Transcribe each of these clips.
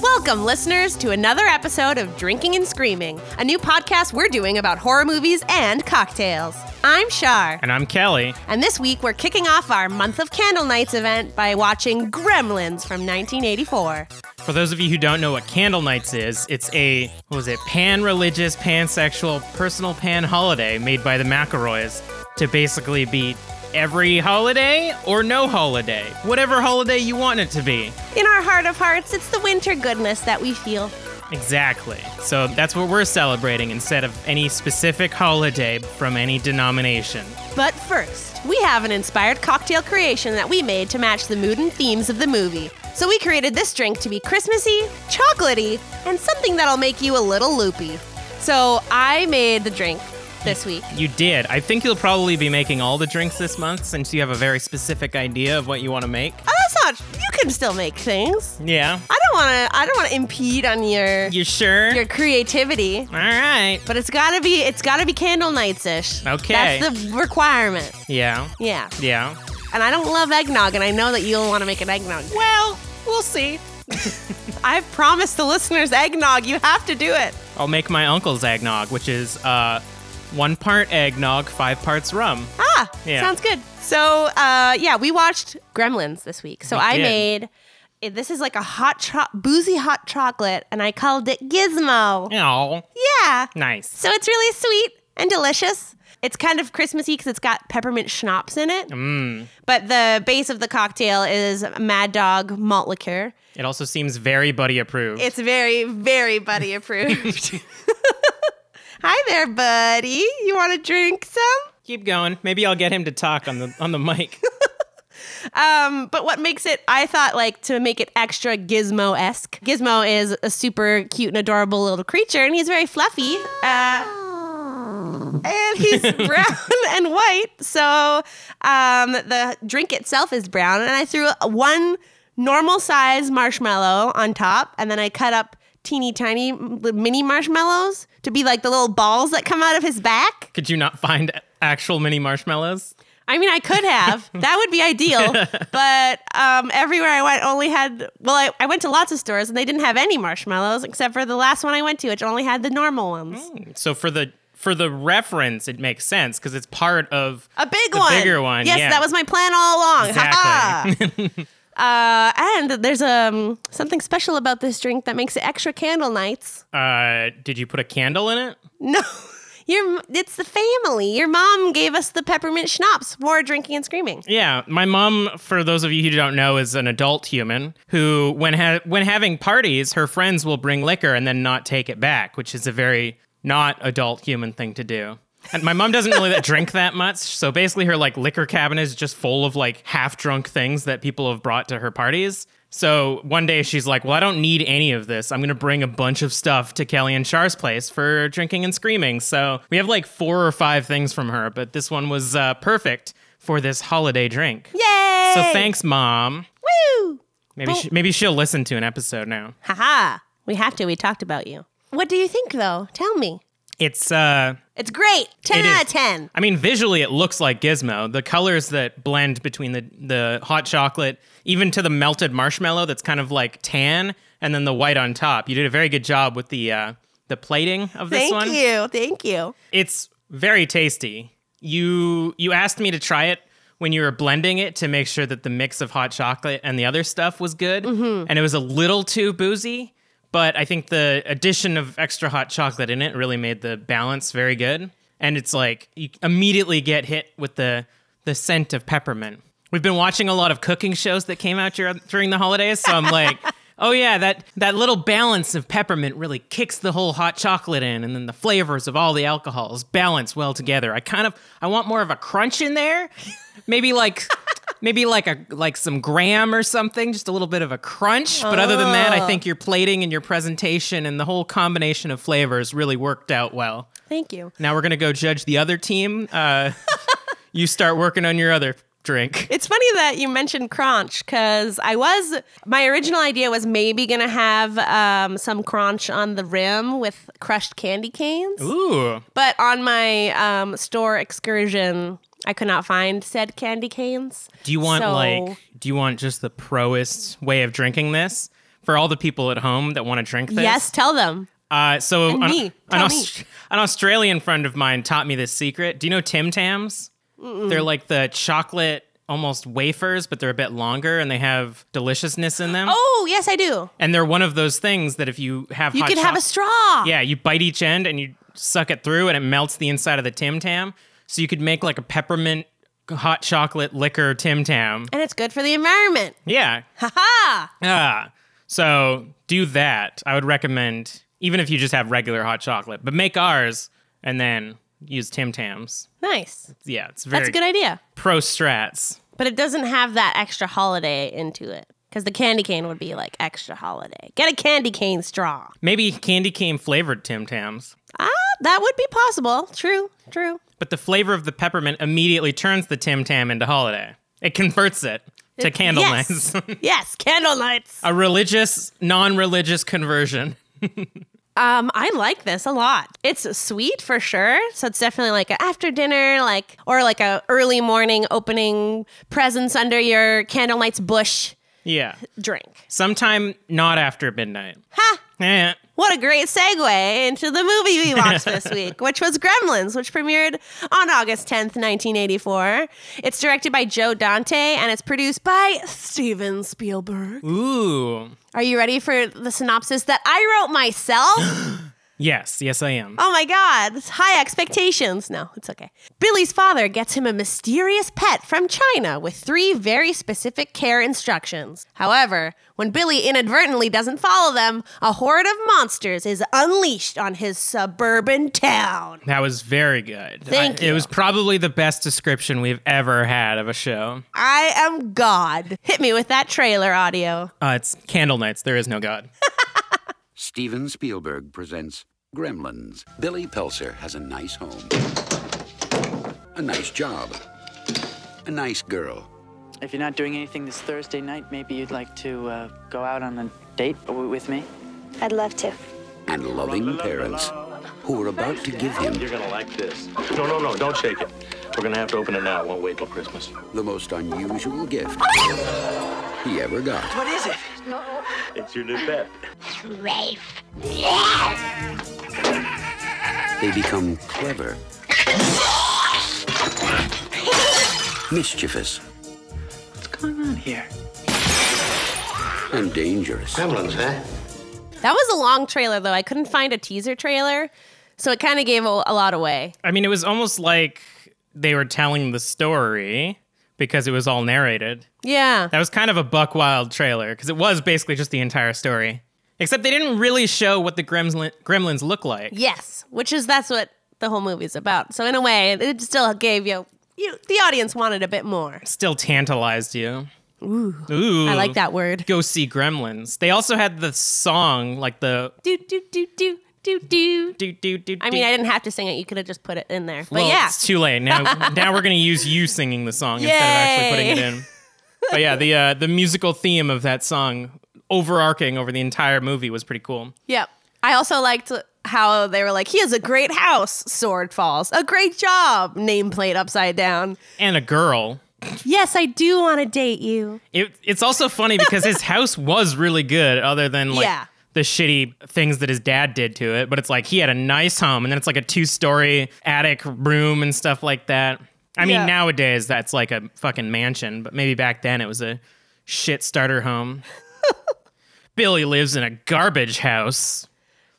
Welcome, listeners, to another episode of Drinking and Screaming, a new podcast we're doing about horror movies and cocktails. I'm Shar, And I'm Kelly. and this week we're kicking off our Month of Candle Nights event by watching Gremlins from 1984. For those of you who don't know what Candle Nights is, it's a, what was it, pan religious, pansexual, personal pan holiday made by the McElroys to basically be every holiday or no holiday, whatever holiday you want it to be. In our heart of hearts, it's the winter goodness that we feel. Exactly. So that's what we're celebrating instead of any specific holiday from any denomination. But first, we have an inspired cocktail creation that we made to match the mood and themes of the movie. So we created this drink to be Christmassy, chocolatey, and something that'll make you a little loopy. So I made the drink this week. You did. I think you'll probably be making all the drinks this month since you have a very specific idea of what you want to make. Oh, that's not. You can still make things. Yeah. I don't want to. I don't want to impede on your You sure? your creativity. all right. But it's gotta be. It's gotta be candle nights ish. Okay. That's the requirement. Yeah. Yeah. Yeah. And I don't love eggnog, and I know that you'll want to make an eggnog. Well, we'll see. I've promised the listeners eggnog. You have to do it. I'll make my uncle's eggnog, which is uh, one part eggnog, five parts rum. Ah, Yeah. sounds good. So, uh, yeah, we watched Gremlins this week. So We I did. made eh, this is like a hot cho- boozy hot chocolate, and I called it Gizmo. Oh, Yeah. nice. So it's really sweet and delicious. It's kind of Christmassy because it's got peppermint schnapps in it. Mm. But the base of the cocktail is Mad Dog malt liqueur. It also seems very buddy approved. It's very, very buddy approved. Hi there, buddy. You want to drink some? Keep going. Maybe I'll get him to talk on the on the mic. Um, but what makes it, I thought, like to make it extra gizmo esque. Gizmo is a super cute and adorable little creature, and he's very fluffy. Uh, and he's brown and white. So um, the drink itself is brown. And I threw one normal size marshmallow on top, and then I cut up teeny tiny m- mini marshmallows to be like the little balls that come out of his back. Could you not find actual mini marshmallows? I mean, I could have. that would be ideal. But um, everywhere I went, only had, well, I, I went to lots of stores and they didn't have any marshmallows except for the last one I went to, which only had the normal ones. So for the for the reference, it makes sense because it's part of A big The one. bigger one, Yes, yeah. that was my plan all along. Exactly. Ha-ha. uh, and there's um, something special about this drink that makes it extra candle nights. uh, did you put a candle in it? No. Your, m- it's the family. Your mom gave us the peppermint schnapps for drinking and screaming. Yeah, my mom, for those of you who don't know, is an adult human who, when ha- when having parties, her friends will bring liquor and then not take it back, which is a very not adult human thing to do. And my mom doesn't really that- drink that much, so basically her like liquor cabinet is just full of like half drunk things that people have brought to her parties. So one day she's like, "Well, I don't need any of this. I'm gonna bring a bunch of stuff to Kelly and Char's place for drinking and screaming." So we have like four or five things from her, but this one was uh, perfect for this holiday drink. Yay! So thanks, mom. Woo! Maybe she, maybe she'll listen to an episode now. Haha. We have to. We talked about you. What do you think, though? Tell me. It's uh, It's great. 10 It out of is. 10. I mean, visually it looks like Gizmo. The colors that blend between the the hot chocolate, even to the melted marshmallow that's kind of like tan, and then the white on top. You did a very good job with the uh, the plating of this Thank one. you. Thank you. It's very tasty. You you asked me to try it when you were blending it to make sure that the mix of hot chocolate and the other stuff was good, and it was a little too boozy. But I think the addition of extra hot chocolate in it really made the balance very good. And it's like you immediately get hit with the the scent of peppermint. We've been watching a lot of cooking shows that came out dur- during the holidays, so I'm like, oh yeah, that that little balance of peppermint really kicks the whole hot chocolate in, and then the flavors of all the alcohols balance well together. I kind of I want more of a crunch in there, maybe like. Maybe like a like some graham or something, just a little bit of a crunch. But other than that, I think your plating and your presentation and the whole combination of flavors really worked out well. Thank you. Now we're gonna go judge the other team. Uh, you start working on your other drink. It's funny that you mentioned crunch because I was, my original idea was maybe going to have um, some crunch on the rim with crushed candy canes. Ooh, But on my um, store excursion, I could not find said candy canes. do you want So- like? Do you want just the proest way of drinking this? for all the people at home that want to drink this. Yes, tell them. Uh, so And an, me. an, Tell Aus- an Australian friend of mine taught me this secret. Do you know Tim Tams? They're like the chocolate almost wafers, but they're a bit longer and they have deliciousness in them. Oh, yes, I do. And they're one of those things that if you have You hot can have a choc- straw. yeah, you bite each end and you suck it through and it melts the inside of the Tim Tam. So you could make like a peppermint hot chocolate liquor Tim Tam. And it's good for the environment. Yeah. Haha. Ah. So do that. I would recommend, even if you just have regular hot chocolate, but make ours and then use Tim Tams. Nice. Yeah, it's That's very a good idea. pro strats. But it doesn't have that extra holiday into it. Because the candy cane would be like extra holiday. Get a candy cane straw. Maybe candy cane flavored Tim Tams. Ah, that would be possible. True, true. But the flavor of the peppermint immediately turns the Tim Tam into holiday. It converts it to candle yes. lights. yes, candle lights. a religious, non religious conversion. Um, I like this a lot. It's sweet for sure. So it's definitely like an after dinner, like or like a early morning opening presents under your candlelight's bush Yeah. drink. Sometime not after midnight. Ha! Eh. What a great segue into the movie we watched this week, which was Gremlins, which premiered on August 10th, 1984. It's directed by Joe Dante and it's produced by Steven Spielberg. Ooh. Are you ready for the synopsis that I wrote myself? Yes, yes, I am. Oh my God, it's high expectations. No, it's okay. Billy's father gets him a mysterious pet from China with three very specific care instructions. However, when Billy inadvertently doesn't follow them, a horde of monsters is unleashed on his suburban town. That was very good. Thank you. It was probably the best description we've ever had of a show. I am God. Hit me with that trailer audio. Uh, it's Candle Nights. There is no God. Steven Spielberg presents Gremlins. Billy Pelser has a nice home, a nice job, a nice girl. If you're not doing anything this Thursday night, maybe you'd like to uh, go out on a date w- with me. I'd love to. and loving parents who are about to give him You're gonna like this. No, no, no, don't shake it. We're gonna have to open it now. It won't wait till Christmas. the most unusual gift he ever got. What is it? It's your new pet. Rafe. They become clever, mischievous, What's going on here? and dangerous. Gremlins, eh? That was a long trailer, though. I couldn't find a teaser trailer, so it kind of gave a, a lot away. I mean, it was almost like they were telling the story because it was all narrated. Yeah. That was kind of a buck wild trailer because it was basically just the entire story. Except they didn't really show what the gremlin- gremlins look like. Yes, which is that's what the whole movie's about. So in a way, it still gave you you the audience wanted a bit more. Still tantalized you. Ooh. I like that word. Mm. Go see Gremlins. They also had the song, like the Do do do do do do. do do do. I mean, I didn't have to sing it. You could have just put it in there. But well, yeah, it's too late now. now we're gonna use you singing the song instead of actually putting it in. But yeah, the uh, the musical theme of that song, overarching over the entire movie, was pretty cool. yep. I also liked how they were like, "He has a great house." Sword falls. A great job. Nameplate upside down. And a girl. Yes, I do want to date you. It, it's also funny because his house was really good, other than like Yeah. the shitty things that his dad did to it. But it's like he had a nice home, and then it's like a two story attic room and stuff like that. I mean, Yeah. nowadays that's like a fucking mansion, but maybe back then it was a shit starter home. Billy lives in a garbage house.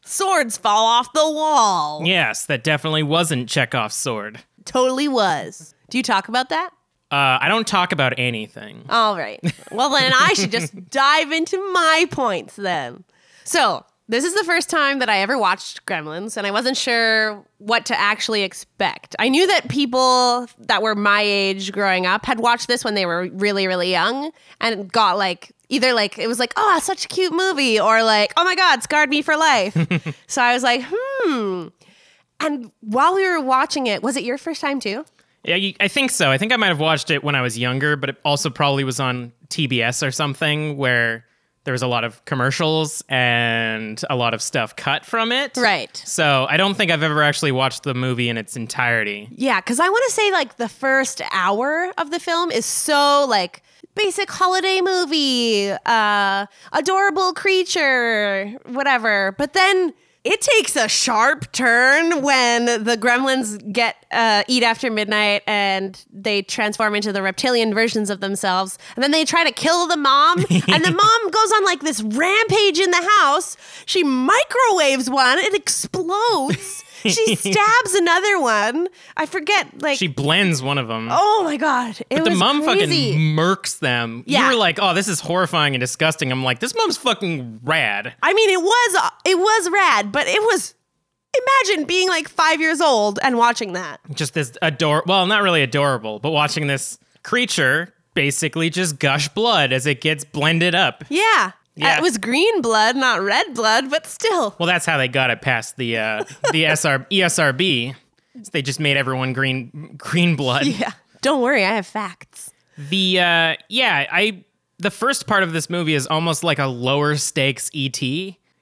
Swords fall off the wall. Yes, that definitely wasn't Chekhov's sword. Totally was. Do you talk about that? Uh, I don't talk about anything. All right. Well, then I should just dive into my points then. So, this is the first time that I ever watched Gremlins, and I wasn't sure what to actually expect. I knew that people that were my age growing up had watched this when they were really, really young and got like either like, it was like, oh, such a cute movie, or like, oh my God, scarred me for life. so I was like, hmm. And while we were watching it, was it your first time too? Yeah, you, I think so. I think I might have watched it when I was younger, but it also probably was on TBS or something where there was a lot of commercials and a lot of stuff cut from it. Right. So I don't think I've ever actually watched the movie in its entirety. Yeah, because I want to say like the first hour of the film is so like basic holiday movie, uh, adorable creature, whatever. But then it takes a sharp turn when the gremlins get uh, eat after midnight and they transform into the reptilian versions of themselves. And then they try to kill the mom, and the mom goes on like this rampage in the house. She microwaves one, it explodes. she stabs another one. I forget, like, She blends one of them. oh my god, it But the was mom crazy. fucking murks them. Yeah. You were like, oh, this is horrifying and disgusting. I'm like, this mom's fucking rad. I mean, it was it was rad, but it was. Imagine being like five years old and watching that. Just this ador well, not really adorable, but watching this creature basically just gush blood as it gets blended up. Yeah. Yeah. It was green blood, not red blood, but still. Well, that's how they got it past the uh, the SR- ESRB. So they just made everyone green green blood. Yeah. Don't worry, I have facts. The uh, yeah, I the first part of this movie is almost like a lower stakes ET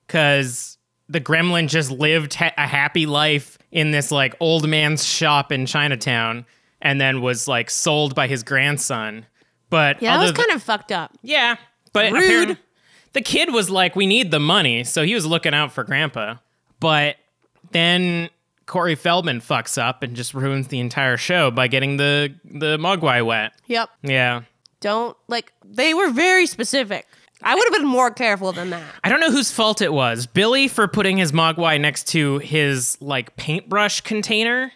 because the gremlin just lived ha- a happy life in this like old man's shop in Chinatown, and then was like sold by his grandson. But Yeah, that was other th- kind of fucked up. yeah, but Rude. apparent- The kid was like, "We need the money," so he was looking out for Grandpa. But then Corey Feldman fucks up and just ruins the entire show by getting the the Mogwai wet. Yep. Yeah, Don't like they were very specific. I would have been more careful than that. I don't know whose fault it was. Billy for putting his Mogwai next to his like paintbrush container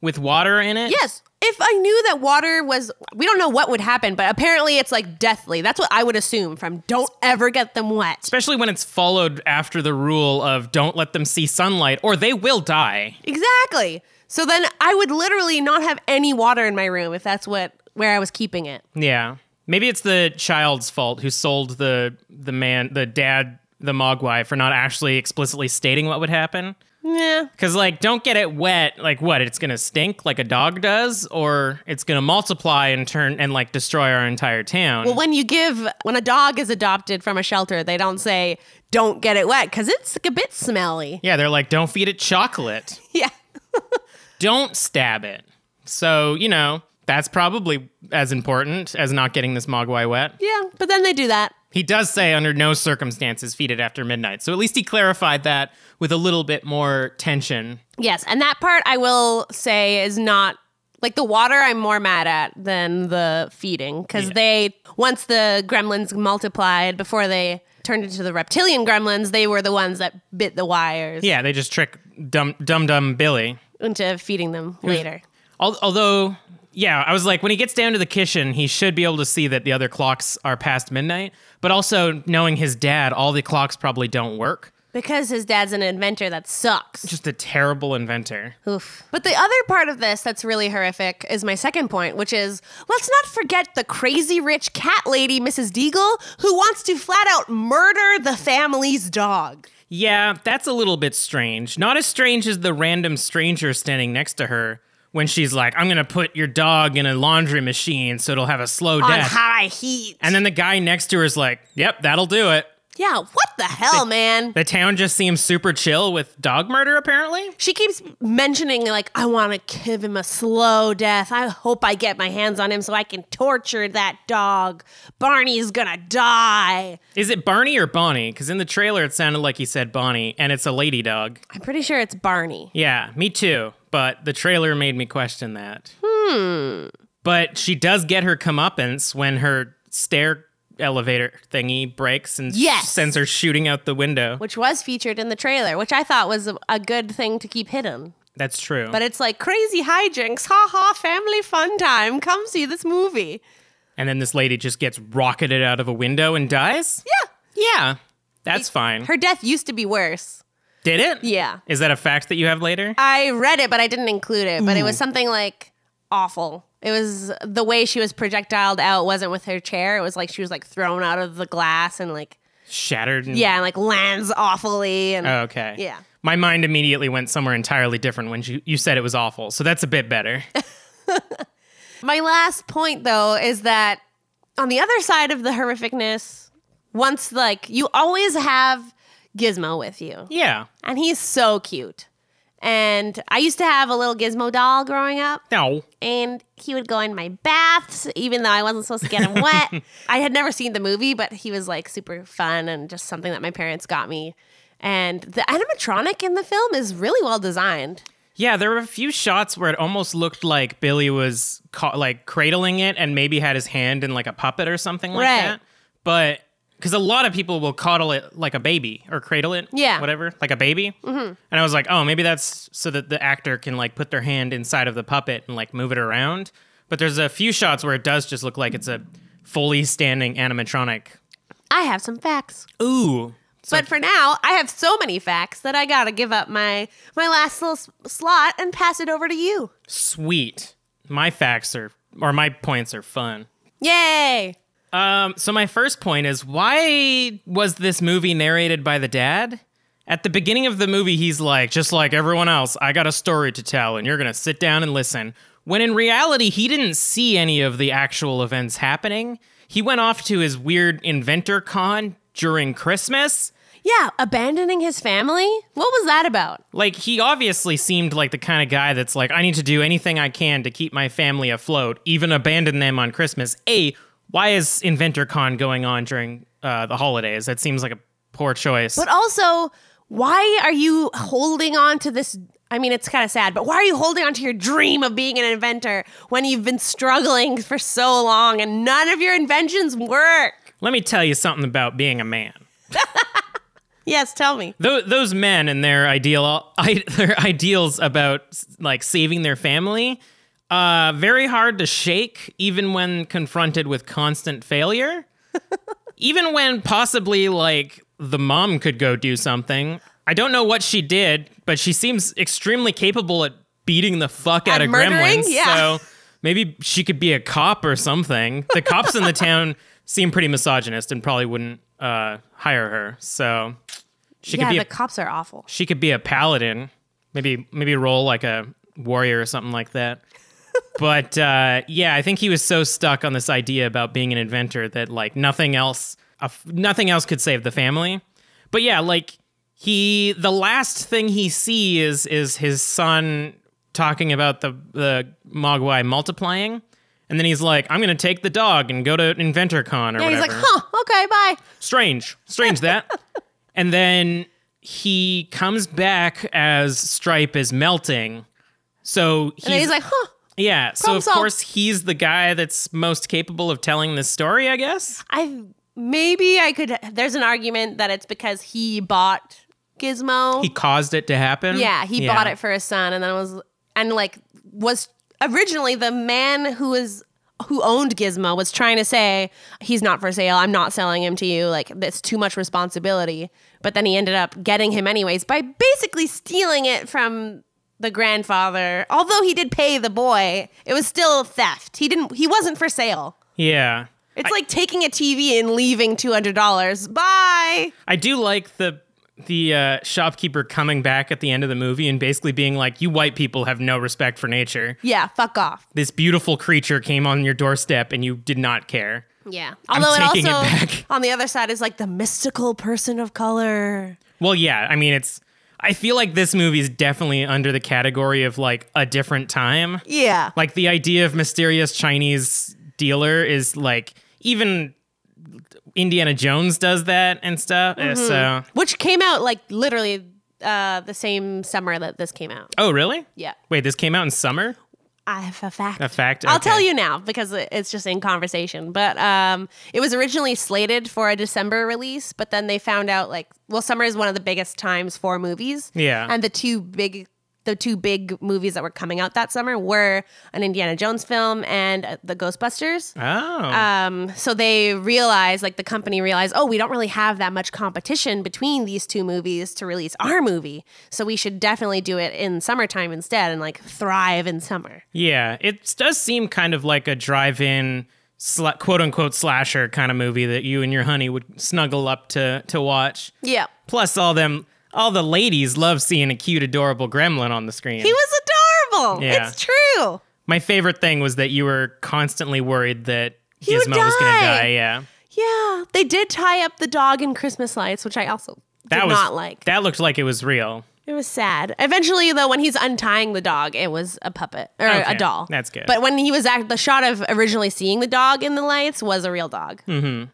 with water in it. Yes. If I knew that water was we don't know what would happen, but apparently it's like deathly. That's what I would assume from don't ever get them wet. Especially when it's followed after the rule of don't let them see sunlight or they will die. Exactly. So then I would literally not have any water in my room if that's what where I was keeping it. Yeah. Maybe it's the child's fault who sold the the man the dad the Mogwai for not actually explicitly stating what would happen. Yeah. Cause like don't get it wet, like what, it's gonna stink like a dog does, or it's gonna multiply and turn and like destroy our entire town. Well, when you give when a dog is adopted from a shelter, they don't say don't get it wet cuz it's like a bit smelly. yeah, they're like, don't feed it chocolate. Yeah. don't stab it. So, you know, that's probably as important as not getting this Mogwai wet. Yeah, but then they do that. He does say under no circumstances feed it after midnight. So at least he clarified that with a little bit more tension. Yes, and that part I will say is not like the water I'm more mad at than the feeding because they once the gremlins multiplied before they turned into the reptilian gremlins, they were the ones that bit the wires Yeah, they just trick Dum Dum Dum Billy. into feeding them later. Al- although, yeah, I was like, when he gets down to the kitchen, he should be able to see that the other clocks are past midnight. But also, knowing his dad, all the clocks probably don't work. Because his dad's an inventor that sucks. Just a terrible inventor. Oof. But the other part of this that's really horrific is my second point, which is let's not forget the crazy rich cat lady, Mrs. Deagle, who wants to flat out murder the family's dog. Yeah, that's a little bit strange. Not as strange as the random stranger standing next to her when she's like, I'm going to put your dog in a laundry machine so it'll have a slow On death. high heat. and then the guy next to her is like, Yep, that'll do it. yeah, what the hell, man? The town just seems super chill with dog murder, apparently. She keeps mentioning, like, I want to give him a slow death. I hope I get my hands on him so I can torture that dog. Barney's gonna die. Is it Barney or Bonnie? Because in the trailer, it sounded like he said Bonnie, and it's a lady dog. I'm pretty sure it's Barney. Yeah, me too. But the trailer made me question that. Hmm. But she does get her comeuppance when her stair elevator thingy breaks and Yes. sends her shooting out the window. Which was featured in the trailer, which I thought was a, a good thing to keep hidden. That's true. But it's like crazy hijinks, ha ha, family fun time. Come see this movie. and then this lady just gets rocketed out of a window and dies? Yeah. Yeah. That's fine. Her death used to be worse. Did it? Yeah. Is that a fact that you have later? I read it, but I didn't include it. But it was something like awful. It was the way she was projectiled out wasn't with her chair. It was like she was like thrown out of the glass and like, Shattered. And- yeah, and like lands awfully. And Oh, okay. Yeah. My mind immediately went somewhere entirely different when you, you said it was awful. So that's a bit better. My last point, though, is that on the other side of the horrificness Once like you always have Gizmo with you. Yeah. And he's so cute. And I used to have a little Gizmo doll growing up, No. and he would go in my baths, even though I wasn't supposed to get him wet. I had never seen the movie, but he was like super fun and just something that my parents got me. And the animatronic in the film is really well designed. Yeah, there were a few shots where it almost looked like Billy was ca- like cradling it and maybe had his hand in like a puppet or something like Right. that. But because a lot of people will coddle it like a baby or cradle it, Yeah. whatever, like a baby. Mm-hmm. And I was like, oh, maybe that's so that the actor can like put their hand inside of the puppet and like move it around. But there's a few shots where it does just look like it's a fully standing animatronic. I have some facts. Ooh, but for now, I have so many facts that I gotta give up my my last little s- slot and pass it over to you. sweet. My facts are or my points are fun. Yay! Um, so my first point is why was this movie narrated by the dad? At the beginning of the movie, he's like, just like everyone else, I got a story to tell, and you're gonna sit down and listen. When in reality, he didn't see any of the actual events happening. He went off to his weird inventor con during Christmas. Yeah, abandoning his family? What was that about? Like, he obviously seemed like the kind of guy that's like, I need to do anything I can to keep my family afloat, even abandon them on Christmas. A, why is Inventor Con going on during uh, the holidays? That seems like a poor choice. But also, why are you holding on to this? I mean, it's kind of sad, but why are you holding on to your dream of being an inventor when you've been struggling for so long and none of your inventions work? Let me tell you something about being a man. Yes, tell me. Tho- those men and their ideal, I, their ideals about like saving their family, uh, very hard to shake, even when confronted with constant failure. even when possibly like the mom could go do something. I don't know what she did, but she seems extremely capable at beating the fuck out At of murdering? gremlins. Yeah. So maybe she could be a cop or something. The cops in the town seem pretty misogynist and probably wouldn't uh, hire her. So she yeah, could be the a, cops are awful. she could be a paladin. Maybe maybe roll like a warrior or something like that. but uh, yeah, I think he was so stuck on this idea about being an inventor that like nothing else, a f- nothing else could save the family. But yeah, like he, the last thing he sees is his son talking about the the Mogwai multiplying, and then he's like, "I'm gonna take the dog and go to InventorCon or Yeah, whatever." he's like, huh, okay, bye. strange strange that and then he comes back as stripe is melting so he's, And then he's like, huh. yeah so problem of solved. course he's the guy that's most capable of telling this story i guess I maybe I could. There's an argument that it's because he bought Gizmo. he caused it to happen yeah, he bought it for his son, and then was and like was originally the man who was who owned Gizmo was trying to say he's not for sale. I'm not selling him to you. Like it's too much responsibility. But then he ended up getting him anyways by basically stealing it from the grandfather. Although he did pay the boy, it was still theft. He didn't. He wasn't for sale. yeah It's like taking a TV and leaving two hundred dollars. Bye. i do like the the uh, shopkeeper coming back at the end of the movie and basically being like you white people have no respect for nature Yeah, fuck off. this beautiful creature came on your doorstep and you did not care Yeah. Although it taking it also back. on the other side is like the mystical person of color. Well, yeah. I mean, it's. I feel like this movie is definitely under the category of like a different time. Yeah. Like the idea of mysterious Chinese dealer is like even Indiana Jones does that and stuff. Uh, So, Which came out like literally uh, the same summer that this came out. oh really? Yeah. Wait, this came out in summer. I have a fact. A fact? I'll Okay. tell you now because it- it's just in conversation. But um, it was originally slated for a December release, but then they found out like, well, summer is one of the biggest times for movies. Yeah. and the two big, the two big movies that were coming out that summer were an Indiana Jones film and uh, the Ghostbusters. Oh, Um, so they realized, like the company realized, oh, we don't really have that much competition between these two movies to release our movie. So we should definitely do it in summertime instead and like thrive in summer. yeah. It does seem kind of like a drive-in. Sla- quote unquote slasher kind of movie that you and your honey would snuggle up to to watch. Yeah. Plus, all them, all the ladies love seeing a cute, adorable gremlin on the screen. He was adorable. Yeah. It's true. My favorite thing was that you were constantly worried that would Gizmo was going to die. die. Yeah. Yeah, they did tie up the dog in Christmas lights, which I also did That was not like. That looked like it was real. it was sad. Eventually, though, when he's untying the dog, it was a puppet or Okay, a doll. that's good. But when he was act, the shot of originally seeing the dog in the lights was a real dog. Hmm.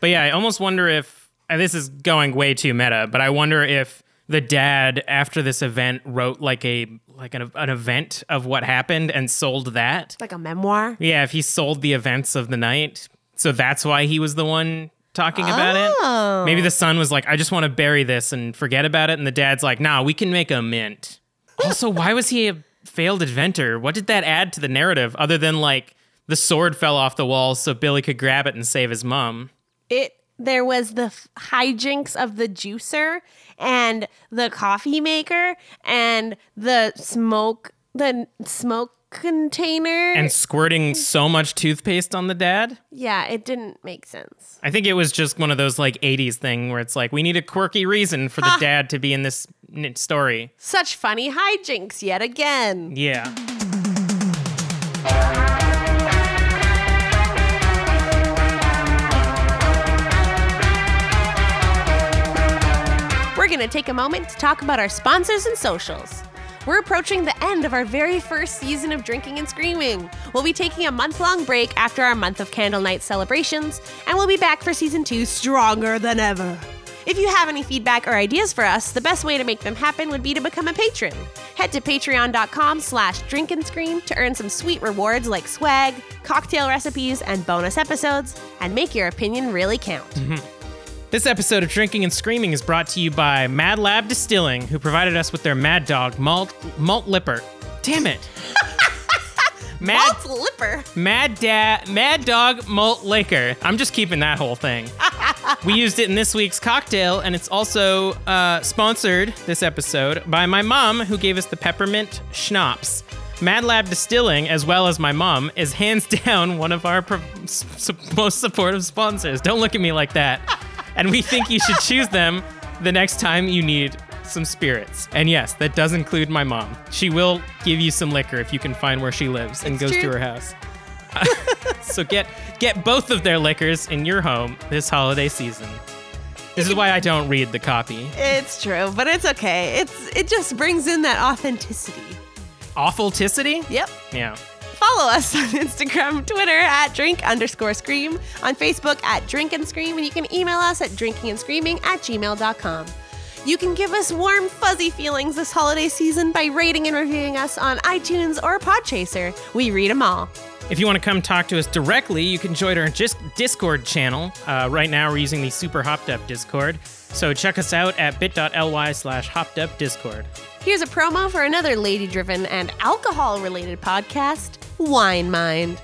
But yeah, I almost wonder if and this is going way too meta, but I wonder if the dad after this event wrote like a like an, an event of what happened and sold that. Like a memoir. Yeah, if he sold the events of the night, so that's why he was the one talking about it. Maybe the son was like, "I just want to bury this and forget about it," and the dad's like, "Nah, we can make a mint." Also, why was he a failed inventor? What did that add to the narrative other than like the sword fell off the wall so Billy could grab it and save his mom? It there was the f- hijinks of the juicer and the coffee maker and the smoke the smoke container. and squirting so much toothpaste on the dad. yeah, it didn't make sense. I think it was just one of those like 80s thing where it's like we need a quirky reason for the dad to be in this n- story. Such funny hijinks yet again. Yeah. We're going to take a moment to talk about our sponsors and socials. We're approaching the end of our very first season of Drinking and Screaming. We'll be taking a month long break after our month of Candle Night celebrations, and we'll be back for season two stronger than ever. If you have any feedback or ideas for us, the best way to make them happen would be to become a patron. Head to patreon.com slash drink and scream to earn some sweet rewards like swag, cocktail recipes, and bonus episodes, and make your opinion really count. This episode of Drinking and Screaming is brought to you by Mad Lab Distilling, who provided us with their Mad Dog malt malt lipper. Damn it. Mad Alt Lipper. Mad Dad Mad Dog Malt Liquor. I'm just keeping that whole thing. we used it in this week's cocktail, and it's also uh, sponsored this episode by my mom, who gave us the peppermint schnapps. Mad Lab Distilling, as well as my mom, is hands down one of our pro- s- s- most supportive sponsors. Don't look at me like that. And we think you should choose them the next time you need some spirits. And yes, that does include my mom. She will give you some liquor if you can find where she lives and goes true. to her house. So get get both of their liquors in your home this holiday season. This is why I don't read the copy. It's true, but it's okay. It's it just brings in that authenticity. Awfulticity? Yep. Yeah. Follow us on Instagram, Twitter at drink underscore scream, on Facebook at drink and scream, and you can email us at drinking and screaming at gmail.com. You can give us warm, fuzzy feelings this holiday season by rating and reviewing us on iTunes or Podchaser. We read them all. If you want to come talk to us directly, you can join our Dis- Discord channel. Uh, right now, we're using the Super Hopped Up Discord. So check us out at bit.ly slash hopped up Discord. Here's a promo for another lady driven and alcohol related podcast, Wine Mind.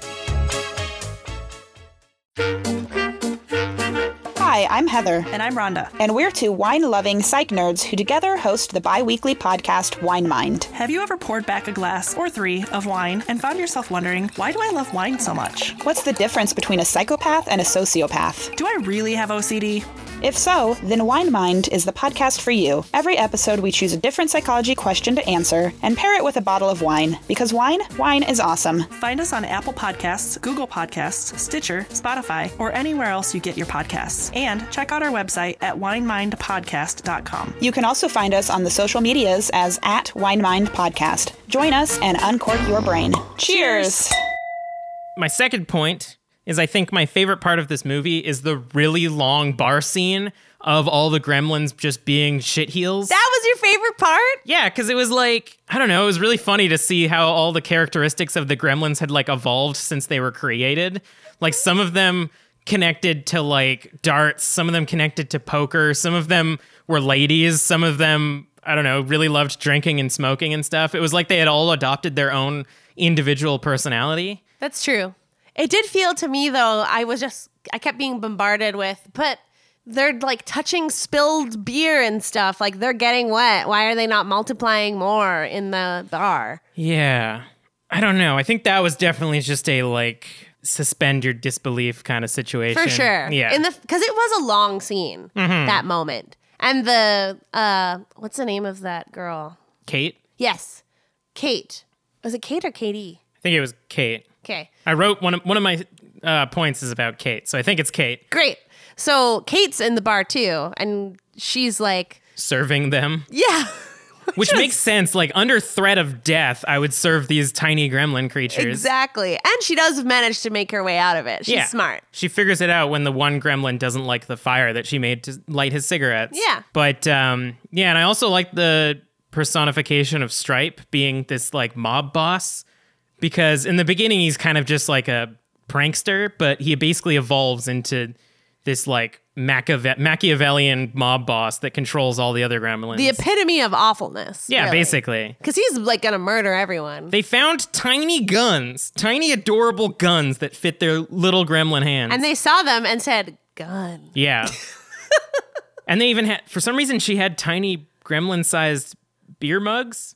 Hi, I'm Heather, And I'm Rhonda. and we're two wine loving psych nerds who together host the bi weekly podcast Wine Mind. Have you ever poured back a glass or three of wine and found yourself wondering, why do I love wine so much? What's the difference between a psychopath and a sociopath? Do I really have OCD? If so, then Wine Mind is the podcast for you. Every episode, we choose a different psychology question to answer and pair it with a bottle of wine, because wine, wine is awesome. Find us on Apple Podcasts, Google Podcasts, Stitcher, Spotify, or anywhere else you get your podcasts. And check out our website at winemindpodcast.com. You can also find us on the social medias as at Wine Mind Podcast. Join us and uncork your brain. Cheers. my second point is I think my favorite part of this movie is the really long bar scene of all the gremlins just being shitheels. That was your favorite part? Yeah, because it was like I don't know. It was really funny to see how all the characteristics of the Gremlins had like evolved since they were created. Like some of them connected to like darts, some of them connected to poker, some of them were ladies, some of them I don't know really loved drinking and smoking and stuff. It was like they had all adopted their own individual personality. That's true. It did feel to me though, I was just I kept being bombarded with, but they're like touching spilled beer and stuff. Like they're getting wet. Why are they not multiplying more in the bar? Yeah, I don't know. I think that was definitely just a like suspend your disbelief kind of situation For sure. Yeah, In the cuz it was a long scene that moment. And the uh what's the name of that girl? Kate. Yes. Kate. Was it Kate or Katie? I think it was Kate. Okay. I wrote one of one of my uh, points is about Kate, so I think it's Kate Great. So Kate's in the bar too, and she's like, serving them, yeah. which makes sense. Like under threat of death, I would serve these tiny gremlin creatures. Exactly. And she does manage to make her way out of it. She's Yeah. smart. She figures it out when the one gremlin doesn't like the fire that she made to light his cigarettes. Yeah. But um, yeah, and I also like the personification of Stripe being this like mob boss because in the beginning he's kind of just like a prankster, but he basically evolves into this like Machiave- Machiavellian mob boss that controls all the other gremlins. The epitome of awfulness. yeah, basically. Because he's like going to murder everyone. They found tiny guns, tiny adorable guns that fit their little gremlin hands. and they saw them and said, gun. Yeah. and they even had, for some reason, she had tiny gremlin sized beer mugs.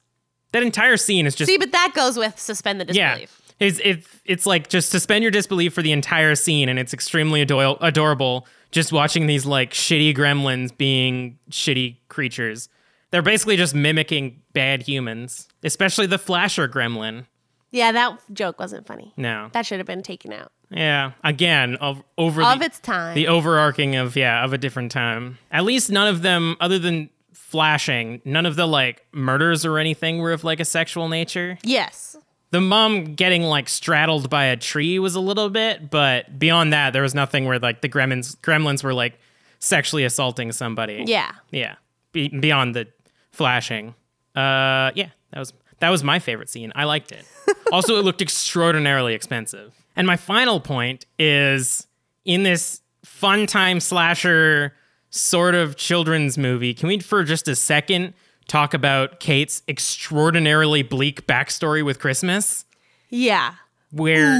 That entire scene is just. See, but that goes with suspend the yeah. disbelief. It's, it, it's like just suspend your disbelief for the entire scene, and it's extremely ador- adorable just watching these like shitty gremlins being shitty creatures. They're basically just mimicking bad humans, especially the flasher gremlin. Yeah, that joke wasn't funny. No. That should have been taken out. Yeah, again, of over Of the, its time. The overarching of yeah, of a different time. At least none of them other than flashing, none of the like murders or anything were of like a sexual nature. Yes. The mom getting like straddled by a tree was a little bit, but beyond that there was nothing where like the gremlins gremlins were like sexually assaulting somebody. Yeah. Yeah. Be- beyond the flashing. Uh yeah, that was that was my favorite scene. I liked it. also it looked extraordinarily expensive. And my final point is in this fun time slasher sort of children's movie, can we for just a second talk about Kate's extraordinarily bleak backstory with Christmas? Yeah. where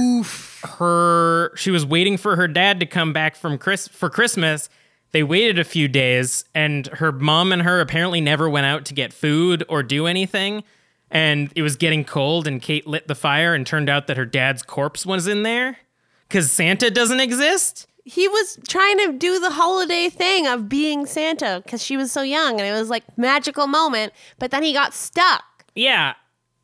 her she was waiting for her dad to come back from Chris for Christmas. They waited a few days, and her mom and her apparently never went out to get food or do anything. And it was getting cold, and Kate lit the fire, and turned out that her dad's corpse was in there because Santa doesn't exist. He was trying to do the holiday thing of being Santa because she was so young and it was like magical moment, but then he got stuck Yeah,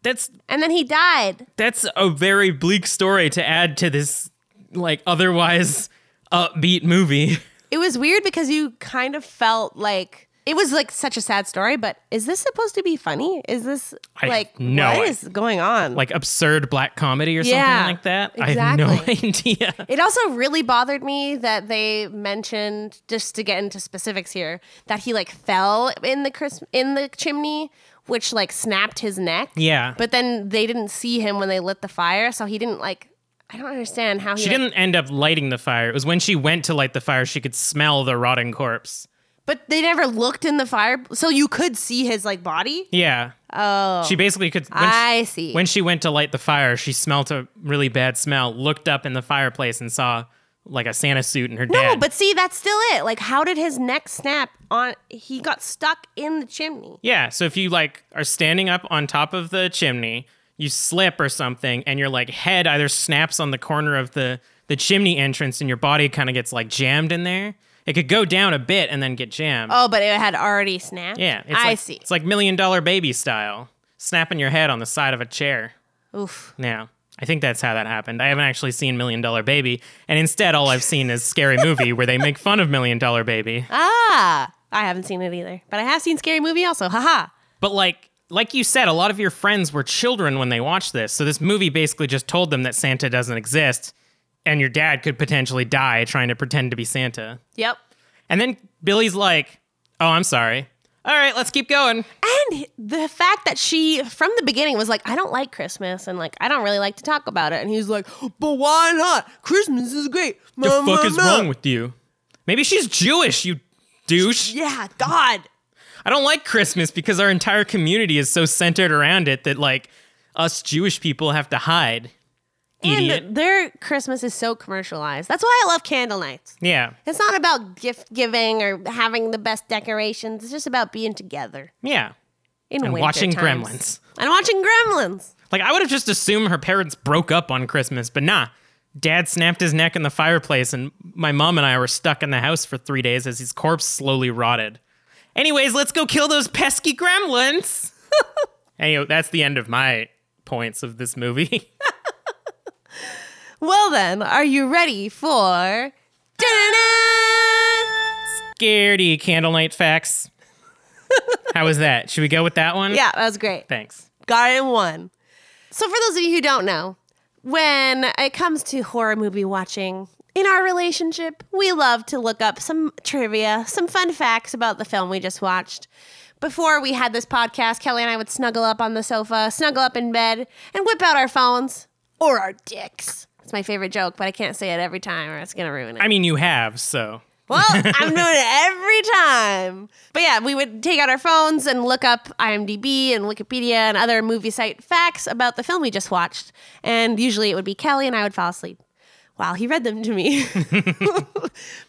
that's and then he died. that's a very bleak story to add to this like otherwise upbeat movie. It was weird because you kind of felt like it was like such a sad story, but is this supposed to be funny? Is this I like have no what idea. is going on? like absurd black comedy or Yeah, something like that. I had no idea. it also really bothered me that they mentioned just to get into specifics here that he like fell in the Christ- in the chimney which like snapped his neck. Yeah. But then they didn't see him when they lit the fire, so he didn't like I don't understand how he She like- didn't end up lighting the fire. It was when she went to light the fire, she could smell the rotting corpse. But they never looked in the fire so you could see his like body. Yeah. Oh. She basically could. When I she, see. When she went to light the fire, she smelt a really bad smell, looked up in the fireplace, and saw like a Santa suit and her No, dad. but see, that's still it. Like, how did his neck snap on? He got stuck in the chimney. Yeah. So if you like are standing up on top of the chimney, you slip or something, and your like head either snaps on the corner of the the chimney entrance, and your body kind of gets like jammed in there. It could go down a bit and then get jammed. Oh, but it had already snapped. yeah. It's I like, see. It's like million dollar baby style, snapping your head on the side of a chair. Oof. Yeah. I think that's how that happened. I haven't actually seen Million Dollar Baby, and instead, all I've seen is Scary Movie, where they make fun of Million Dollar Baby. Ah, I haven't seen it either, but I have seen Scary Movie also. Haha. But like like you said, a lot of your friends were children when they watched this. So this movie basically just told them that Santa doesn't exist and your dad could potentially die trying to pretend to be Santa. Yep. And then Billy's like, "Oh, I'm sorry." All right, let's keep going. And the fact that she, from the beginning, was like, I don't like Christmas, and like, I don't really like to talk about it. And he's like, But why not? Christmas is great. Ma, The fuck ma, is ma." wrong with you? Maybe she's Jewish, you douche. Yeah, God. I don't like Christmas because our entire community is so centered around it that like us Jewish people have to hide. Idiot. And their Christmas is so commercialized. That's why I love candle nights. yeah. It's not about gift giving or having the best decorations. It's just about being together Yeah. in And winter watching times. Gremlins. And watching Gremlins. Like I would have just assumed her parents broke up on Christmas, but nah. Dad snapped his neck in the fireplace, and my mom and I were stuck in the house for three days as his corpse slowly rotted. Anyways, let's go kill those pesky gremlins. anyway, that's the end of my points of this movie. Well then, are you ready for? Da-da-da! Scaredy candle night facts. How was that? Should we go with that one? Yeah, that was great. Thanks. Garden One. So, for those of you who don't know, when it comes to horror movie watching in our relationship, we love to look up some trivia, some fun facts about the film we just watched. Before we had this podcast, Kelly and I would snuggle up on the sofa, snuggle up in bed, and whip out our phones or our dicks. It's my favorite joke, but I can't say it every time or it's going to ruin it. I mean, you have, so. Well, I'm doing it every time. But yeah, we would take out our phones and look up IMDb and Wikipedia and other movie site facts about the film we just watched. And usually it would be Kelly and I would fall asleep while he read them to me.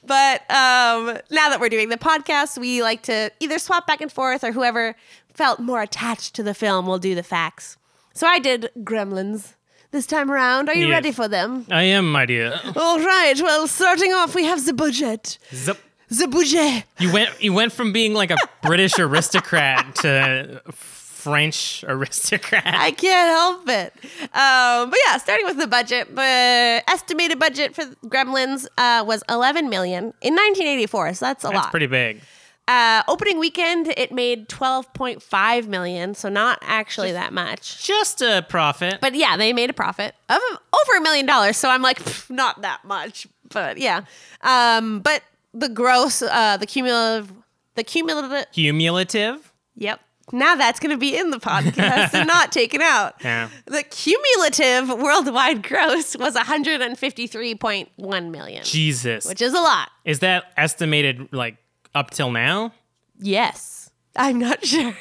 but um, now that we're doing the podcast, we like to either swap back and forth or whoever felt more attached to the film will do the facts. So I did Gremlins this time around. Are you Yes. ready for them? I am, my dear. All right. Well, starting off, we have the budget. Zup. The budget. You went you went from being like a British aristocrat to French aristocrat. I can't help it. Um, but yeah, starting with the budget, the estimated budget for Gremlins uh, was 11 million in 1984, so that's a That's lot. pretty big. uh, opening weekend, it made 12.5 million, so not actually that much. Just a profit. But yeah, they made a profit of over a million dollars, so I'm like, "Pff, not that much. But yeah, um, but the gross, uh, the cumulative, the cumulative. Cumulative. Yep. Now that's going to be in the podcast and not taken out. Yeah. The cumulative worldwide gross was 153.1 million, Jesus. which is a lot. Is that estimated like up till now? Yes. I'm not sure.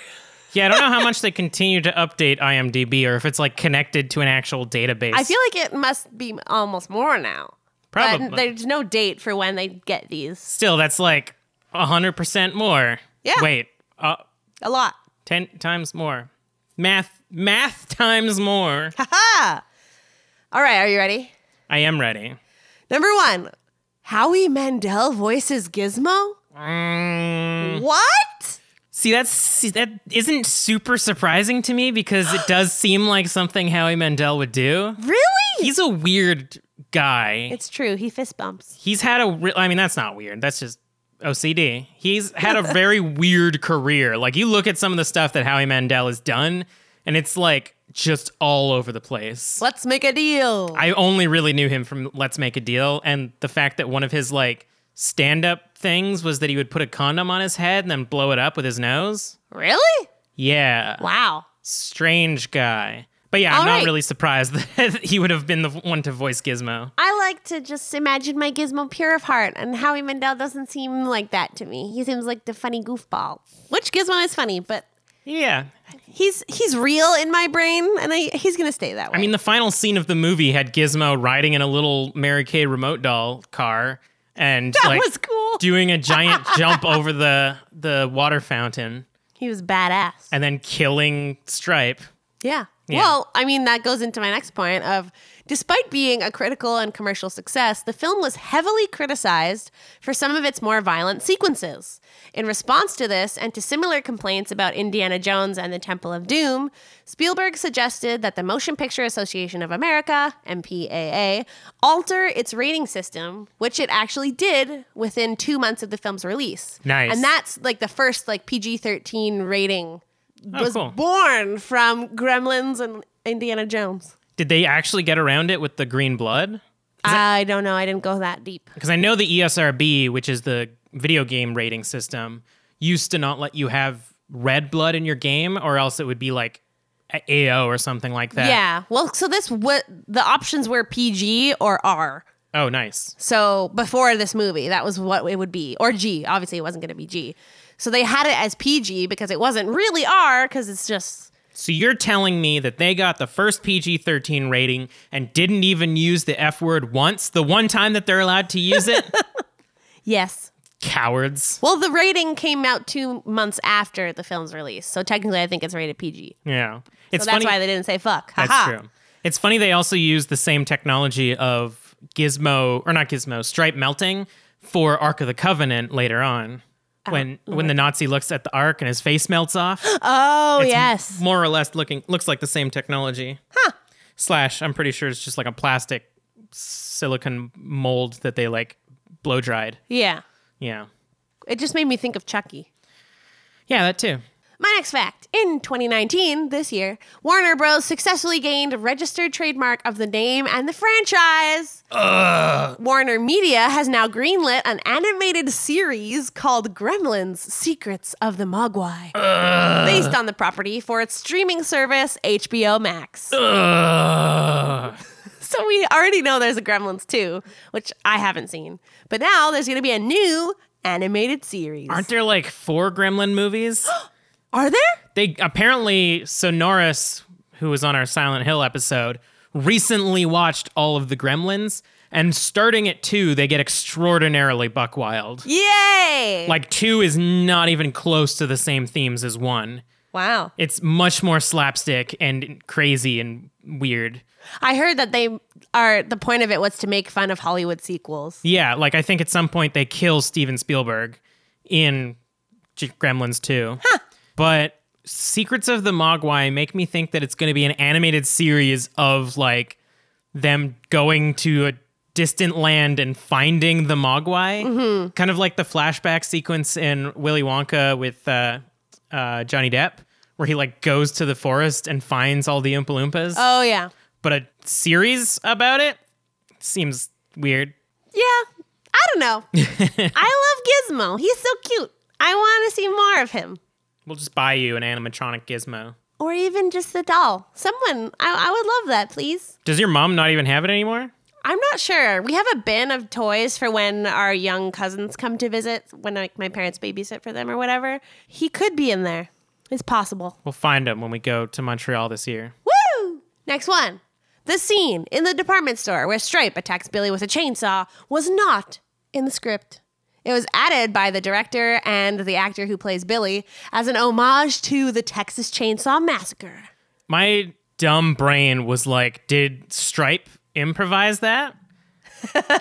Yeah, I don't know how much they continue to update IMDb or if it's like connected to an actual database. I feel like it must be almost more now. But probably there's no date for when they get these. still that's like 100% more. Yeah. Wait. Uh, A lot. 10 times more. Math math times more. Ha! All right, are you ready? I am ready. Number one Howie Mandel voices Gizmo? Mm. What? See, that's see, that isn't super surprising to me because it does seem like something Howie Mandel would do. Really? He's a weird guy. It's true. He fist bumps. he's had a re- I mean, that's not weird. That's just OCD. He's had a very weird career. Like you look at some of the stuff that Howie Mandel has done and it's like just all over the place. Let's make a deal. I only really knew him from Let's Make a Deal and the fact that one of his like stand-up things was that he would put a condom on his head and then blow it up with his nose. really? Yeah. Wow. strange guy. But yeah, I'm All not right. really surprised that he would have been the one to voice Gizmo. I like to just imagine my Gizmo pure of heart, and Howie Mandel doesn't seem like that to me. He seems like the funny goofball, which Gizmo is funny, but Yeah. he's he's real in my brain, and I, he's gonna stay that way. I mean, the final scene of the movie had Gizmo riding in a little Mary Kay remote doll car and that like was cool. doing a giant jump over the the water fountain he was badass. and then killing Stripe. Yeah. Well, I mean, that goes into my next point of despite being a critical and commercial success, the film was heavily criticized for some of its more violent sequences. In response to this and to similar complaints about Indiana Jones and the Temple of Doom, Spielberg suggested that the Motion Picture Association of America, MPAA, alter its rating system, which it actually did within 2 months of the film's release. Nice. And that's like the first like PG-13 rating Oh, was cool. born from Gremlins and Indiana Jones. Did they actually get around it with the green blood? I don't know. I didn't go that deep. Because I know the E ESRB, which is the video game rating system, used to not let you have red blood in your game, or else it would be like a- AO or something like that. Yeah. Well, so this what the options were PG or R. Oh, nice. So before this movie, that was what it would be, or G. Obviously, it wasn't going to be G. So they had it as PG because it wasn't really R because it's just So you're telling me that they got the first PG 13 rating and didn't even use the F word once, the one time that they're allowed to use it? yes. Cowards. Well, the rating came out two months after the film's release, so technically, I think it's rated PG. Yeah. So It's that's funny. why they didn't say fuck. That's Haha. true. It's funny they also use the same technology of Gizmo or not Gizmo, Stripe melting for Ark of the Covenant later on. When when the Nazi looks at the Ark and his face melts off, Oh yes. more or less looking looks like the same technology. Huh. Slash, I'm pretty sure it's just like a plastic silicon mold that they like blow dried. Yeah. Yeah. It just made me think of Chucky. Yeah, that too. My next fact in 2019, this year, Warner Bros. successfully gained a registered trademark of the name and the franchise. Warner Media has now greenlit an animated series called Gremlins Secrets of the Mogwai, based on the property for its streaming service, HBO Max. So we already know there's a Gremlins 2, which I haven't seen. But now there's going to be a new animated series. Aren't there like four Gremlin movies? Are there? they apparently Sonoris, who was on our Silent Hill episode, recently watched all of the Gremlins, and starting at two, they get extraordinarily buck wild. Yay! Like two is not even close to the same themes as one. wow. It's much more slapstick and crazy and weird. I heard that they are the point of it was to make fun of Hollywood sequels. Yeah, like I think at some point they kill Steven Spielberg in G- Gremlins 2. But Secrets of the Mogwai make me think that it's going to be an animated series of like them going to a distant land and finding the Mogwai. Kind of like the flashback sequence in Willy Wonka with uh, uh, Johnny Depp, where he like goes to the forest and finds all the Oompa Loompas. Oh yeah. But a series about it seems weird. Yeah. I don't know. I love Gizmo. He's so cute. I want to see more of him. We'll just buy you an animatronic gizmo. Or even just the doll. Someone, I, I would love that, please. Does your mom not even have it anymore? I'm not sure. We have a bin of toys for when our young cousins come to visit, when like my parents babysit for them or whatever. He could be in there. It's possible. We'll find them when we go to Montreal this year. Woo! Next one. The scene in the department store where Stripe attacks Billy with a chainsaw was not in the script. It was added by the director and the actor who plays Billy as an homage to the Texas Chainsaw Massacre. My dumb brain was like, did Stripe improvise that?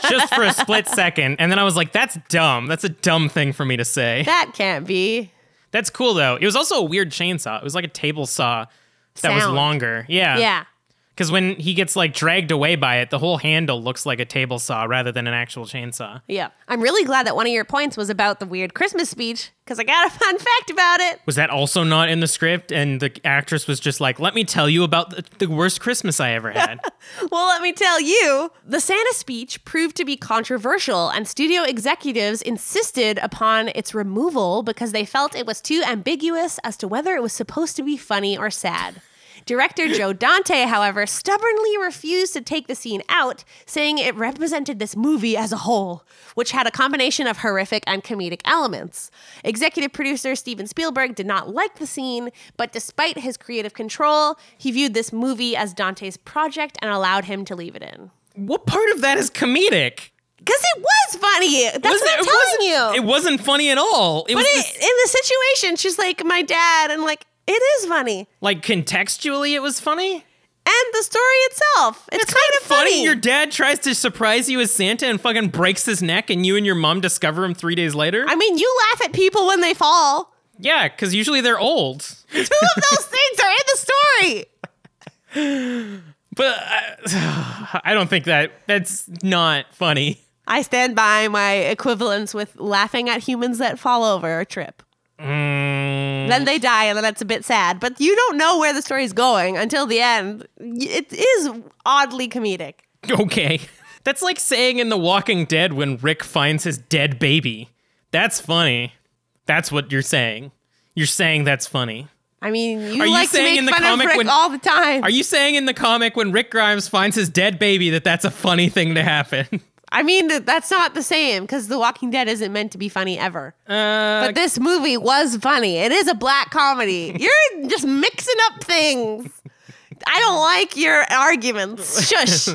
just for a split second. And then I was like, that's dumb. That's a dumb thing for me to say. That can't be. That's cool though. It was also a weird chainsaw. It was like a table saw that was Sound. longer. Yeah. Yeah. Because when he gets like dragged away by it, the whole handle looks like a table saw rather than an actual chainsaw. Yeah. I'm really glad that one of your points was about the weird Christmas speech because I got a fun fact about it. Was that also not in the script? And the actress was just like, let me tell you about the, the worst Christmas I ever had. Well, let me tell you, the Santa speech proved to be controversial, and studio executives insisted upon its removal because they felt it was too ambiguous as to whether it was supposed to be funny or sad. Director Joe Dante, however, stubbornly refused to take the scene out, saying it represented this movie as a whole, which had a combination of horrific and comedic elements. Executive producer Steven Spielberg did not like the scene, but despite his creative control, he viewed this movie as Dante's project and allowed him to leave it in. what part of that is comedic? Because it was funny. That's what I'm telling wasn't, you. It wasn't funny at all. It but was it, this- in the situation, she's like, my dad, and like, it is funny. like contextually, it was funny. And the story itself, it's, kind of Funny. funny. your dad tries to surprise you as Santa and fucking breaks his neck, and you and your mom discover him three days later. I mean, you laugh at people when they fall. yeah, because usually they're old. Two of those things are in the story. But I, I don't think that that's not funny. I stand by my equivalence with laughing at humans that fall over or trip. Mm. Then they die, and then that's a bit sad. But you don't know where the story's going until the end. Y- It is oddly comedic. Okay. That's like saying in The Walking Dead when Rick finds his dead baby. That's funny. That's what you're saying. You're saying that's funny. I mean, you Are you like to saying make in the fun comic of Rick when- all the time. Are you saying in the comic when Rick Grimes finds his dead baby that that's a funny thing to happen? I mean, th- that's not the same because The Walking Dead isn't meant to be funny ever. Uh, but this movie was funny. It is a black comedy. You're just mixing up things. I don't like your arguments. Shush.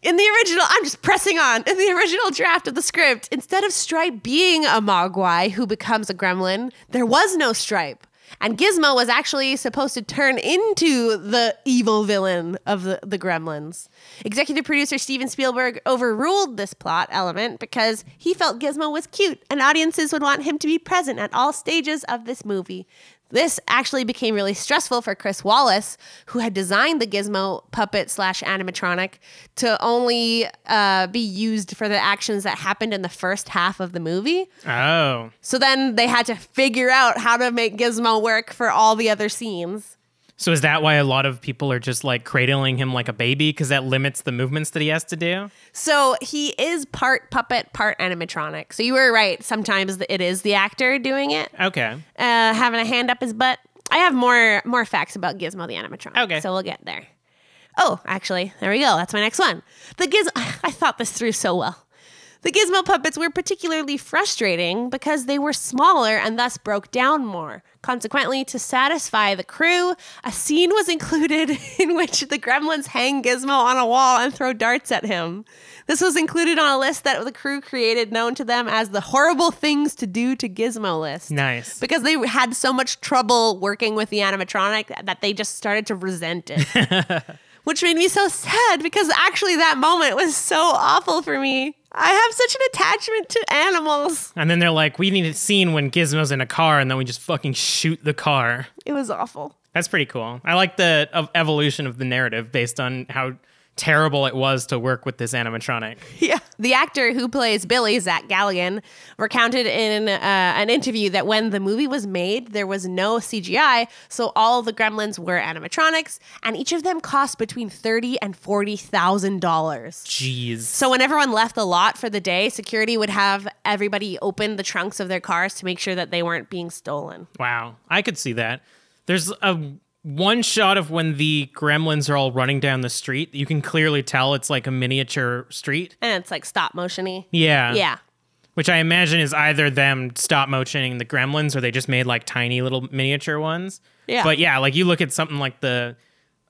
In the original, I'm just pressing on. In the original draft of the script, instead of Stripe being a Mogwai who becomes a gremlin, there was no Stripe. And Gizmo was actually supposed to turn into the evil villain of the, the gremlins. Executive producer Steven Spielberg overruled this plot element because he felt Gizmo was cute and audiences would want him to be present at all stages of this movie. This actually became really stressful for Chris Wallace, who had designed the gizmo puppet slash animatronic to only uh, be used for the actions that happened in the first half of the movie. Oh. So then they had to figure out how to make Gizmo work for all the other scenes. So is that why a lot of people are just like cradling him like a baby? Because that limits the movements that he has to do? So he is part puppet, part animatronic. So you were right. Sometimes it is the actor doing it, Okay. uh, having a hand up his butt. I have more more facts about Gizmo the animatronic. Okay. so we'll get there. Oh, actually, there we go. That's my next one. The giz. I thought this through so well. The gizmo puppets were particularly frustrating because they were smaller and thus broke down more. Consequently, to satisfy the crew, a scene was included in which the gremlins hang Gizmo on a wall and throw darts at him. This was included on a list that the crew created known to them as the horrible things to do to Gizmo list. Nice. Because they had so much trouble working with the animatronic that they just started to resent it. Which made me so sad because actually that moment was so awful for me. I have such an attachment to animals. And then they're like, we need a scene when Gizmo's in a car, and then we just fucking shoot the car. It was awful. That's pretty cool. I like the of evolution of the narrative based on how terrible it was to work with this animatronic. Yeah. The actor who plays Billy, Zach Galligan, recounted in uh, an interview that when the movie was made, there was no CGI, so all the gremlins were animatronics, and each of them cost between thirty and forty thousand dollars. Jeez. So when everyone left the lot for the day, security would have everybody open the trunks of their cars to make sure that they weren't being stolen. Wow. I could see that. There's a one shot of when the gremlins are all running down the street. You can clearly tell it's like a miniature street. And it's like stop motiony. Yeah. Yeah. Which I imagine is either them stop motioning the gremlins or they just made like tiny little miniature ones. Yeah. But yeah, like you look at something like the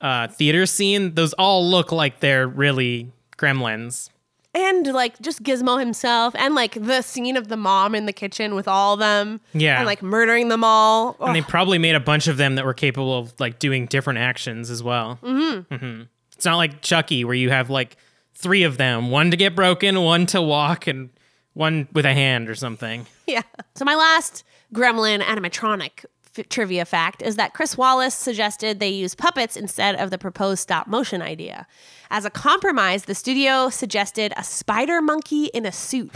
uh, theater scene, those all look like they're really gremlins. And like just Gizmo himself and like the scene of the mom in the kitchen with all them. Yeah. And like murdering them all. And Ugh. they probably made a bunch of them that were capable of like doing different actions as well. Mm-hmm. It's not like Chucky where you have like three of them, one to get broken, one to walk, and one with a hand or something. yeah. So my last gremlin animatronic f- trivia fact is that Chris Wallace suggested they use puppets instead of the proposed stop motion idea. As a compromise, the studio suggested a spider monkey in a suit,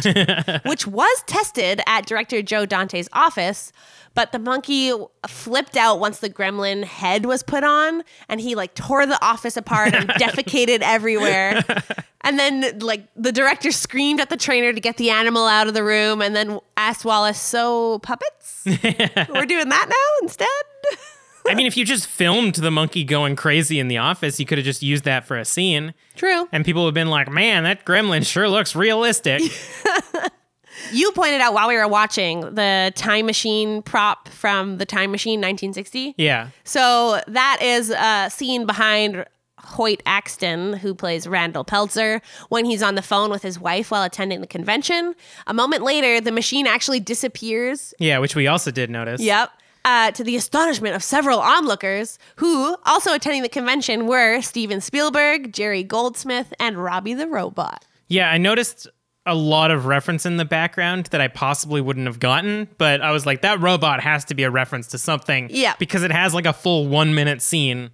which was tested at director Joe Dante's office, but the monkey flipped out once the gremlin head was put on and he like tore the office apart and defecated everywhere. And then, like, the director screamed at the trainer to get the animal out of the room and then asked Wallace, So, puppets? We're doing that now instead? I mean, if you just filmed the monkey going crazy in the office, you could have just used that for a scene. True. And people have been like, man, that gremlin sure looks realistic. You pointed out while we were watching the time machine prop from the time machine 1960. yeah. So that is a scene behind Hoyt Axton, who plays Randall Peltzer, when he's on the phone with his wife while attending the convention. A moment later, the machine actually disappears. Yeah, which we also did notice. Yep. Uh, to the astonishment of several onlookers who, also attending the convention, were Steven Spielberg, Jerry Goldsmith, and Robbie the Robot. Yeah, I noticed a lot of reference in the background that I possibly wouldn't have gotten, but I was like, that robot has to be a reference to something. Yeah. Because it has like a full one minute scene.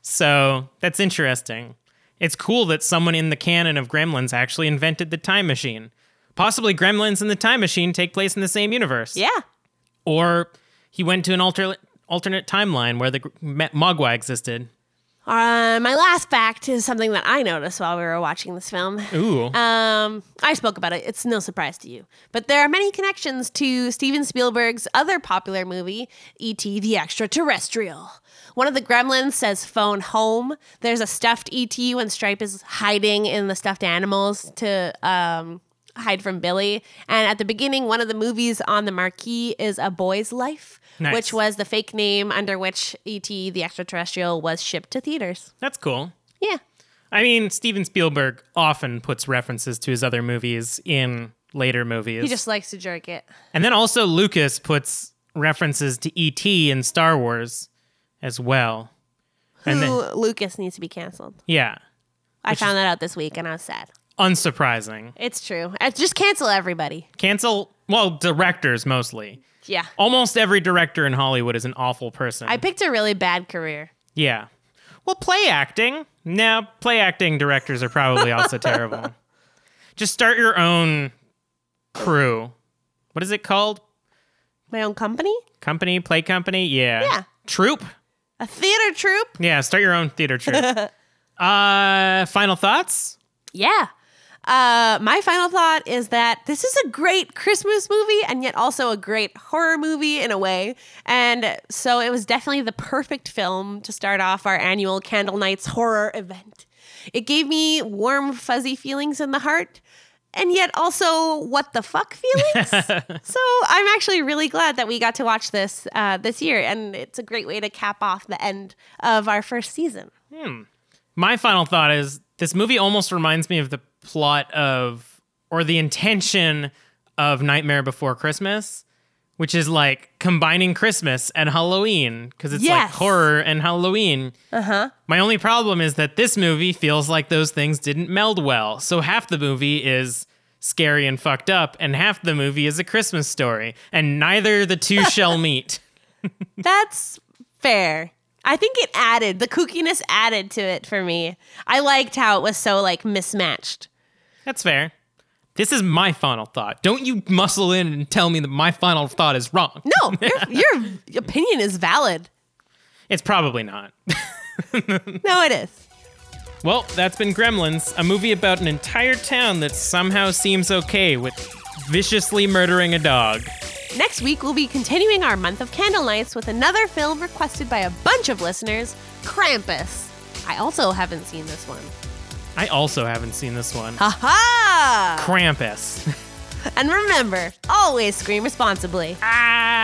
So that's interesting. It's cool that someone in the canon of Gremlins actually invented the time machine. Possibly Gremlins and the time machine take place in the same universe. Yeah. Or he went to an alternate alternate timeline where the gr- ma- Mogwai existed. Uh, my last fact is something that I noticed while we were watching this film. Ooh. Um, I spoke about it. It's no surprise to you. But there are many connections to Steven Spielberg's other popular movie, E.T. the Extraterrestrial. One of the gremlins says phone home. There's a stuffed E.T. when Stripe is hiding in the stuffed animals to um, hide from Billy. And at the beginning, one of the movies on the marquee is A Boy's Life, Nice. which was the fake name under which E.T. the Extraterrestrial was shipped to theaters. that's cool. Yeah. I mean, Steven Spielberg often puts references to his other movies in later movies. He just likes to jerk it. and then also Lucas puts references to E.T. in Star Wars as well. Who And then Lucas needs to be canceled. yeah. I found that out this week and I was sad. unsurprising. It's true. Uh, Just cancel everybody. Cancel, well, directors mostly. Yeah. Almost every director in Hollywood is an awful person. I picked a really bad career. yeah. Well, play acting. No, play acting directors are probably also terrible. Just start your own crew. What is it called? My own company? Company? Play company? Yeah. Yeah. Troupe? A theater troupe? Yeah, start your own theater troupe. uh, final thoughts? Yeah. Uh, my final thought is that this is a great Christmas movie and yet also a great horror movie in a way. And so it was definitely the perfect film to start off our annual Candle Nights horror event. It gave me warm, fuzzy feelings in the heart and yet also what the fuck feelings. so I'm actually really glad that we got to watch this uh, this year. And it's a great way to cap off the end of our first season. My final thought is this movie almost reminds me of the plot of or the intention of Nightmare Before Christmas, which is like combining Christmas and Halloween because it's like Yes. horror and Halloween. Uh-huh. My only problem is that this movie feels like those things didn't meld well. So half the movie is scary and fucked up and half the movie is a Christmas story and neither the two shall meet. That's fair. I think it added the kookiness added to it for me. I liked how it was so like mismatched. That's fair. This is my final thought. Don't you muscle in and tell me that my final thought is wrong. No, your, your opinion is valid. It's probably not. No, it is. well, that's been Gremlins, a movie about an entire town that somehow seems okay with viciously murdering a dog. Next week we'll be continuing our month of candle nights with another film requested by a bunch of listeners, Krampus. I also haven't seen this one. I also haven't seen this one. Aha! Krampus. And remember, always scream responsibly. ah!